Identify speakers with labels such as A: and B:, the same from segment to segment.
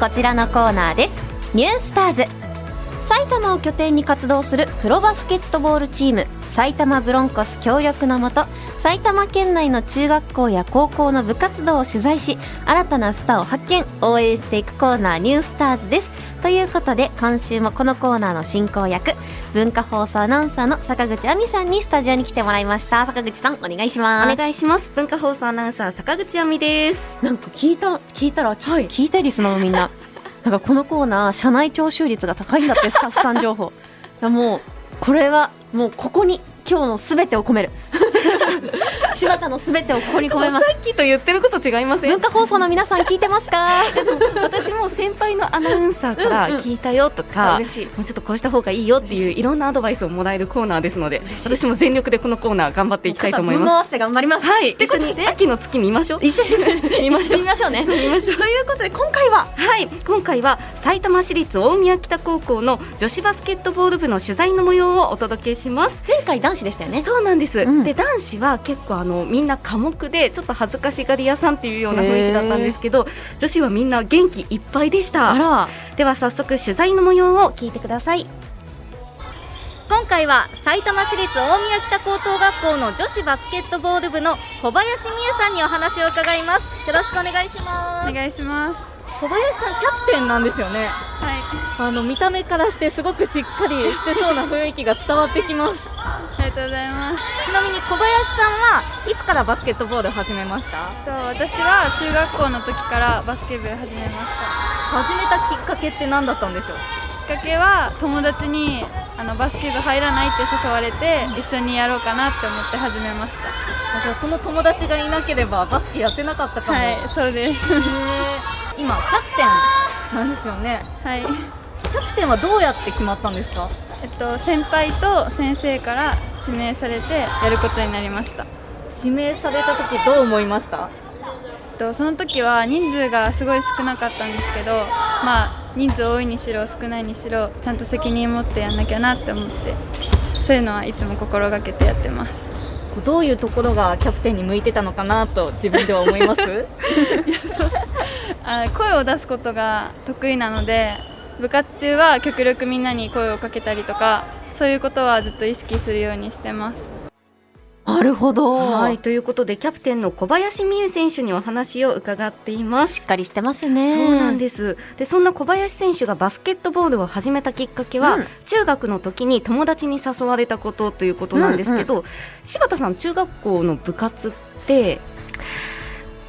A: こちらのコーナーですニュースターズ埼玉を拠点に活動するプロバスケットボールチーム埼玉ブロンコス協力のもと埼玉県内の中学校や高校の部活動を取材し新たなスターを発見応援していくコーナー「ニュースターズですということで今週もこのコーナーの進行役文化放送アナウンサーの坂口亜美さんにスタジオに来てもらいました坂口さんお願いします
B: お願いします文化放送アナウンサー坂口亜美です
A: なんか聞いた聞いたらちょっと聞いてリスナーのみんな、 なんかこのコーナー社内徴収率が高いんだ ってスタッフさん情報いやもうこれはもうここに今日のすべてを込め る柴田のすべてをここに込めます
B: さっきと言ってること違いませ
A: 文
B: ん
A: 化放送の皆さん聞いてます か
B: 私も先輩のアナウンサーから
A: うんうん
B: 聞いたよとか
A: しい
B: もうちょっとこうした方がいいよっていういろんなアドバイスをもらえるコーナーですので私も全力でこのコーナー頑張っていきたいと思います
A: 回して頑張ります
B: はい
A: 一緒に
B: ということで秋の月見ましょう
A: 一緒に
B: 見ましょう
A: 見ましょうね
B: そう見ましょう
A: ということで今回は
B: はい今回は埼玉市立大宮北高校の女子バスケットボール部の取材の模様をお届けします
A: 前回男子でしたよね
B: そうなんです、
A: うん
B: で男子は結構あのみんな寡黙でちょっと恥ずかしがり屋さんっていうような雰囲気だったんですけど女子はみんな元気いっぱいでした
A: ら
B: では早速取材の模様を聞いてください今回は埼玉市立大宮北高等学校の女子バスケットボール部の小林美恵さんにお話を伺いますよろしくお願いします
C: お願いします。
B: 小林さんキャプテンなんですよね
C: は
B: あの見た目からしてすごくしっかりしてそうな雰囲気が伝わってきます
C: い、ありがとうございます。
B: ちなみに小林さんはいつからバスケットボールを始めました
C: と私は中学校の時からバスケ部始めまし
B: 始めたきっかけって何だったんでしょう
C: た。きっかけは友達にあのバスケ部入らないって誘われて一緒にやろうかなって思って始めました。
B: あじゃあその友達がいなければバスケやってなかったかも、
C: は
B: へ
C: い、そうです。
B: ー 今キャプテンなんですよね
C: はい。
B: キャプテンはどうやって決まったんですか
C: えっと先輩と先生から指名されてやることになりました。
B: 指名された時どう思いました
C: えっとその時は人数がすごい少なかったんですけど、まあ人数多いにしろ少ないにしろちゃんと責任持ってやんなきゃなって思って、そういうのはいつも心がけてやってます。
B: どういうところがキャプテンに向いてたのかなと自分では思います
C: あ声を出すことが得意なので部活中は極力みんなに声をかけたりとかそういうことはずっと意識するようにしてます
A: なるほど
B: はいということでキャプテンの小林美優選手にお話を伺っています
A: しっかりしてますね
B: そうなん
A: す
B: ですでそんな小林選手がバスケットボールを始めたきっかけは、
A: うん
B: 中学の時に友達に誘われたことということなんですけど、柴田さん中学校の部活って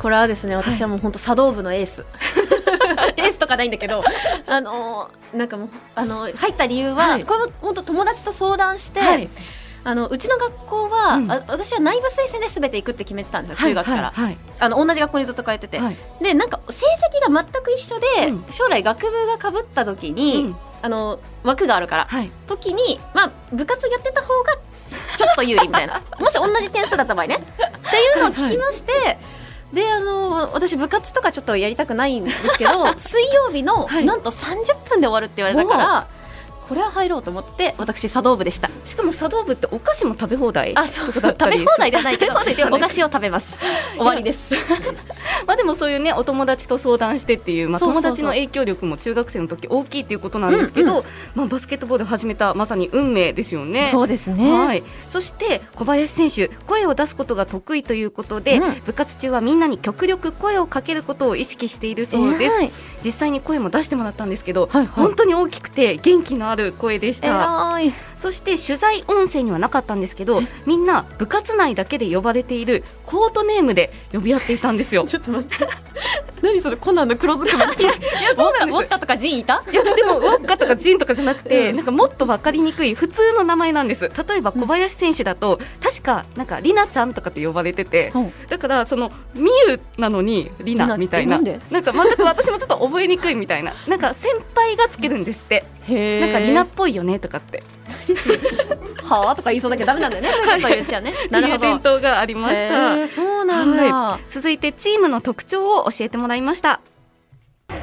A: これはですね私はもう本当茶道部のエー スエースとかないんだけどあのーなんかもうあのー入った理由は、
B: はい
A: これも本当友達と相談して、
B: はい
A: あのうちの学校は、
B: うん
A: あ私は内部推薦で全て行くって決めてたんですよ中学から、
B: はい
A: あの同じ学校にずっと通ってて、
B: はいはい
A: でなんか成績が全く一緒で、
B: うん
A: 将来学部がかぶった時
B: う
A: に、
B: ん
A: あの枠があるから
B: はい
A: 時に、まあ、部活やってた方がちょっと有利みたいなもし同じ点数だった場合ねっていうのを聞きまして、であの私部活とかちょっとやりたくないんですけど水曜日の、
B: はい
A: なんと30分で終わるって言われたからこれは入ろうと思って私茶道部でした
B: しかも茶道部ってお菓子も食べ放題
A: あそう
B: そ
A: そう
B: だっ
A: う
B: た
A: 食
B: り
A: べ放題じゃないけど
B: 食べ放題ではない
A: お菓子を食べます終わりです
B: まあでもそういうねお友達と相談してっていう、まあ、
A: そうそ
B: 友
A: うそう
B: 達の影響力も中学生の時大きいっていうことなんですけど、
A: うん
B: まあ、バスケットボールを始めたまさに運命ですよね。
A: うです
B: はい、そして小林選手声を出すことが得意ということで、
A: うん
B: 部活中はみんなに極力声をかけることを意識している
A: そ
B: そううで、
A: ですす、
B: 実際に声も出してもらったんですけど、
A: はいはい
B: 本当に大きくて元気のある声でし
A: え
B: た、
A: らい
B: そして取材音声にはなかったんですけどみんな部活内だけで呼ばれているコートネームで呼び合っていた んですよ
A: ょっと待って何それコナンの黒ずくめいやそう
B: なんです
A: ウォッカとかジンいた
B: いやでもウォッカとかジンとかじゃなくて、
A: うん
B: なんかもっと分かりにくい普通の名前なんです例えば小林選手だと、確かなんかりなちゃんとかって呼ばれてて、だからそのみゆなのに
A: り
B: り
A: な
B: な
A: って
B: みたいな
A: なんで
B: なんか全く私もちょっと覚えにくいみたいななんか先輩がつけるんですって
A: へ
B: なんかり
A: リ
B: な
A: ナ
B: っぽいよねとかって
A: はあとか言いそうだけどダメなんだよねそういうこと言っちゃうねなる
B: い
A: ほ
B: う伝
A: ど
B: 統がありました、
A: へーそうなんだ、
B: 続いてチームの特徴を教えてもらいました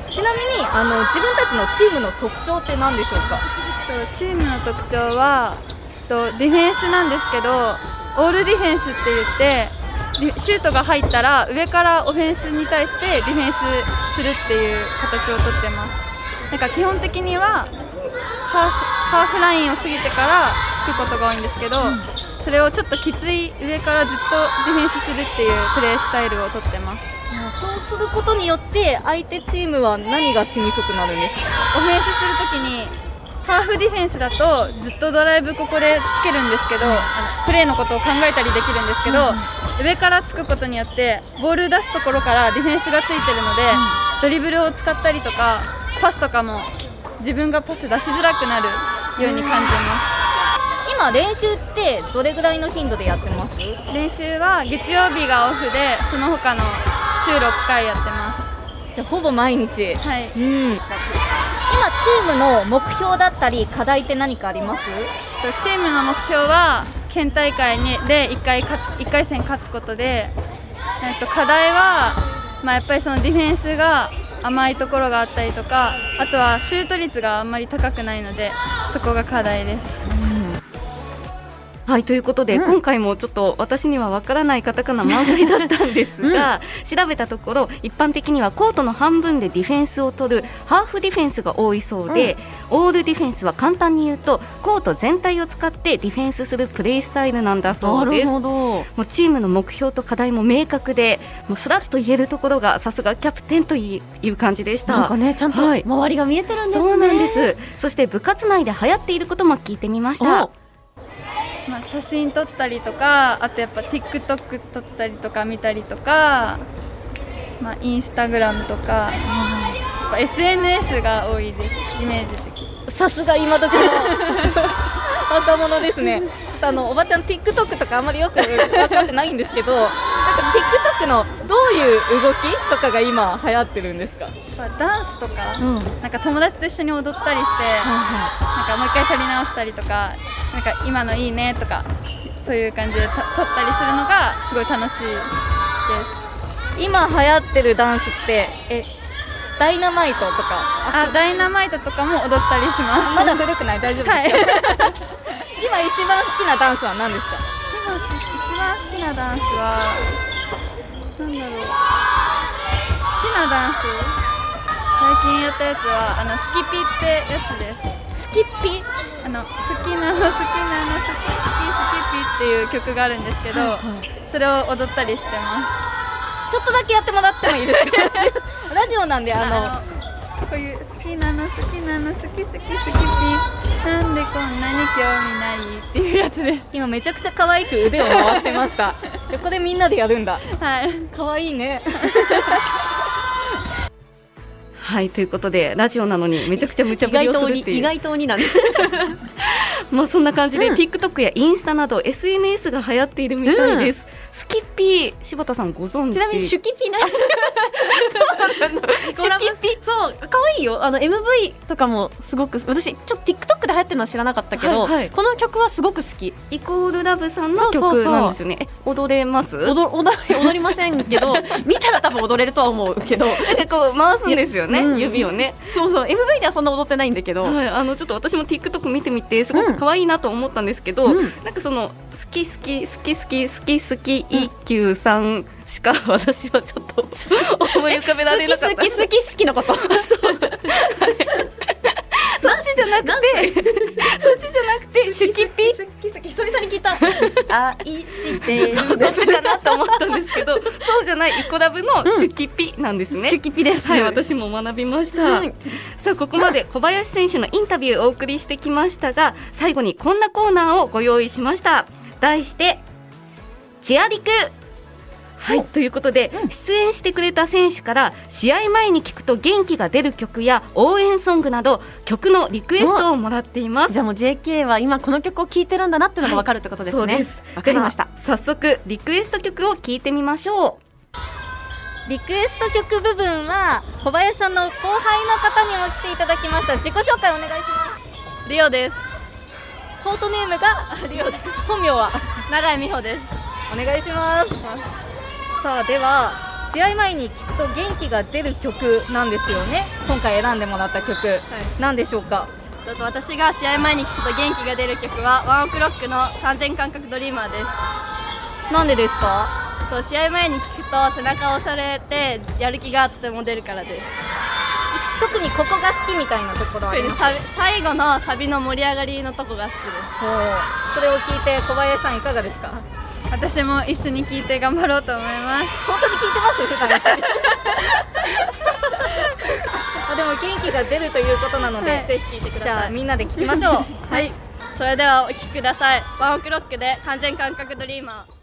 B: ちなみにあの自分たちのチームの特徴って何でしょうか
C: とチームの特徴はとディフェンスなんですけどオールディフェンスって言ってリシュートが入ったら上からオフェンスに対してディフェンスするっていう形をとってますなんか基本的にはハーフハーフラインを過ぎてからつくことが多いんですけど、それをちょっときつい上からずっとディフェンスするっていうプレースタイルをとってます
D: あそうすることによって相手チームは何がしにくくなるんですか
C: オフェンスするときにハーフディフェンスだとずっとドライブここでつけるんですけど、あのプレーのことを考えたりできるんですけど、上からつくことによってボール出すところからディフェンスがついてるので、ドリブルを使ったりとかパスとかもき自分がパス出しづらくなるように感じま
D: 今練習ってどれぐらいの頻度でやってます
C: す、練習は月曜日がオフでその他の週6回やってま
D: じゃあほぼ毎日
C: すはい
D: うん今チームの目標だったり課題って何かあります
C: とチームの目標は県大会にで1回勝つ1回戦勝つことで、えっと、課題は、まあ、やっぱりそのディフェンスが甘いところがあったりとかあとはシュート率があんまり高くないのでそこが課題です。
B: はいということで、
D: うん
B: 今回もちょっと私にはわからないカタカナ満載だったんですが、調べたところ一般的にはコートの半分でディフェンスを取るハーフディフェンスが多いそうで、オールディフェンスは簡単に言うとコート全体を使ってディフェンスするプレイスタイルなんだそうです。も
A: ど
B: うチームの目標と課題も明確でもうさらっと言えるところがさすがキャプテンといういう感じでした。
A: なんかねちゃんと
B: はい
A: 周りが見えてるんですね、
B: そうなんですそして部活内で流行っていることも聞いてみました
A: お
C: まあ、写真撮ったりとかあとやっぱ TikTok 撮ったりとか見たりとか、まあ、インスタグラムとか、やっぱ SNS が多いですイメージ的に。
D: さすが今時の若者ですねちょっとあのおばちゃん TikTok とかあんまりよく分かってないんですけどなんか TikTok のどういう動きとかが今流行ってるんですか、
C: やっぱダンスとか、
D: うん
C: なんか友達と一緒に踊ったりして、なんかもう一回撮り直したりとか、なんか今のいいねとか、そういう感じでた撮ったりするのがすごい楽しいです。
D: 今流行ってるダンスってえダイナマイトとか
C: あ、ダイナマイトとかも踊ったりします。
D: まだ古くない大丈夫ですか、
C: はい。
D: 今一番好きなダンスは何ですか
C: 今一番好きなダンスは、なんだろう。好きなダンス。最近やったやつは、あのスキピってやつです。
D: スキッピ
C: あの好きなの好きなの好き好き好きピっていう曲があるんですけど、それを踊ったりしてま
D: ちょっとだけやってもらってもいいですか ラジオなんであ
C: す。
D: の
C: あのこういう好きなの好きなの好き好き好きピなんでこんなに興味ないっていうやつで
D: 今めちゃくちゃ可愛く腕を回してましたでこれみんなでやるんだ
C: す。はい。
D: 可愛いね
B: はいということでラジオなのにめちゃくちゃ無茶
A: 意
B: ぶり
A: 外
B: を
A: と
B: する
A: に
B: ってい
A: 意
B: う
A: 外とになんです
B: まあそんな感じで、
A: うん
B: TikTok やインスタなど SNS が流行っているみたいです、スキッピー柴田さんご存知
A: ちなみにシュキピなんですそうなのシュキピそう可愛いよあの MV とかもすごく私ちょっと TikTok で流行ってるのは知らなかったけど、
B: はいはい
A: この曲はすごく好き
B: イコールラブさんの
A: そうそう
B: 曲
A: そう
B: なんですよねえ踊れます
A: 踊踊り踊りませんけ ど見たら多分踊れるとは思うけど
B: えこう回すんですよね、
A: いやうん
B: 指をね、
A: そうそう MV ではそんな踊ってないんだけど、
B: はい、あのちょっと私も TikTok 見てみてすごく可愛いなと思ったんですけど、
A: うん
B: なんかその「好き好き好き好き好き好き一休さん」しか私はちょっと思い浮かべら
A: 好
B: れ
A: き
B: なかっ
A: 好
B: た
A: き好き好きのこと
B: そっちじゃなくてそっちじゃなくてシュキピ
A: 好き好き久々に聞いた愛してる
B: そうですかなと思ったんですけど、そうじゃないイコラブの手記ピなんですね。
A: シュキピです、
B: はい、私も学びました、
A: はい
B: さあここまで小林選手のインタビューをお送りしてきましたが最後にこんなコーナーをご用意しました題してチアリクはいということで、出演してくれた選手から試合前に聞くと元気が出る曲や応援ソングなど曲のリクエストをもらっています
A: じゃあもう JK は今この曲を聴いてるんだなっていうのが分かるってことですね、
B: はいそうです
A: 分かりました
B: では早速リクエスト曲を聞いてみましょ
D: リクエスト曲部分は小林さんの後輩の方にも来ていただきました自己紹介お願いします
C: リオです。
D: コートネームがリオです本名は
C: 長井美穂です。
D: お願いしますさあでは試合前に聞くと元気が出る曲なんですよね今回選んでもらった曲なんでしょうか
C: と私が試合前に聞くと元気が出る曲はワンオクロックの完全感覚ドリーマーです。
D: なんでですか
C: と試合前に聞くと背中を押されてやる気がとても出るからです
B: 特にここが好きみたいなところあります
C: さ最後のサビの盛り上がりのとこが好き
B: ほうそれを聞いて小林さんいかがですか
C: です私も一緒に聞いて頑張ろうと思います
B: 本当に聞いてますよ普段 あでも元気が出るということなので、
C: ぜひ聞いてく
B: じゃあみんなで聞きましょう
C: はいそれではお聴きくださいワンオクロックで完全感覚ドリーマー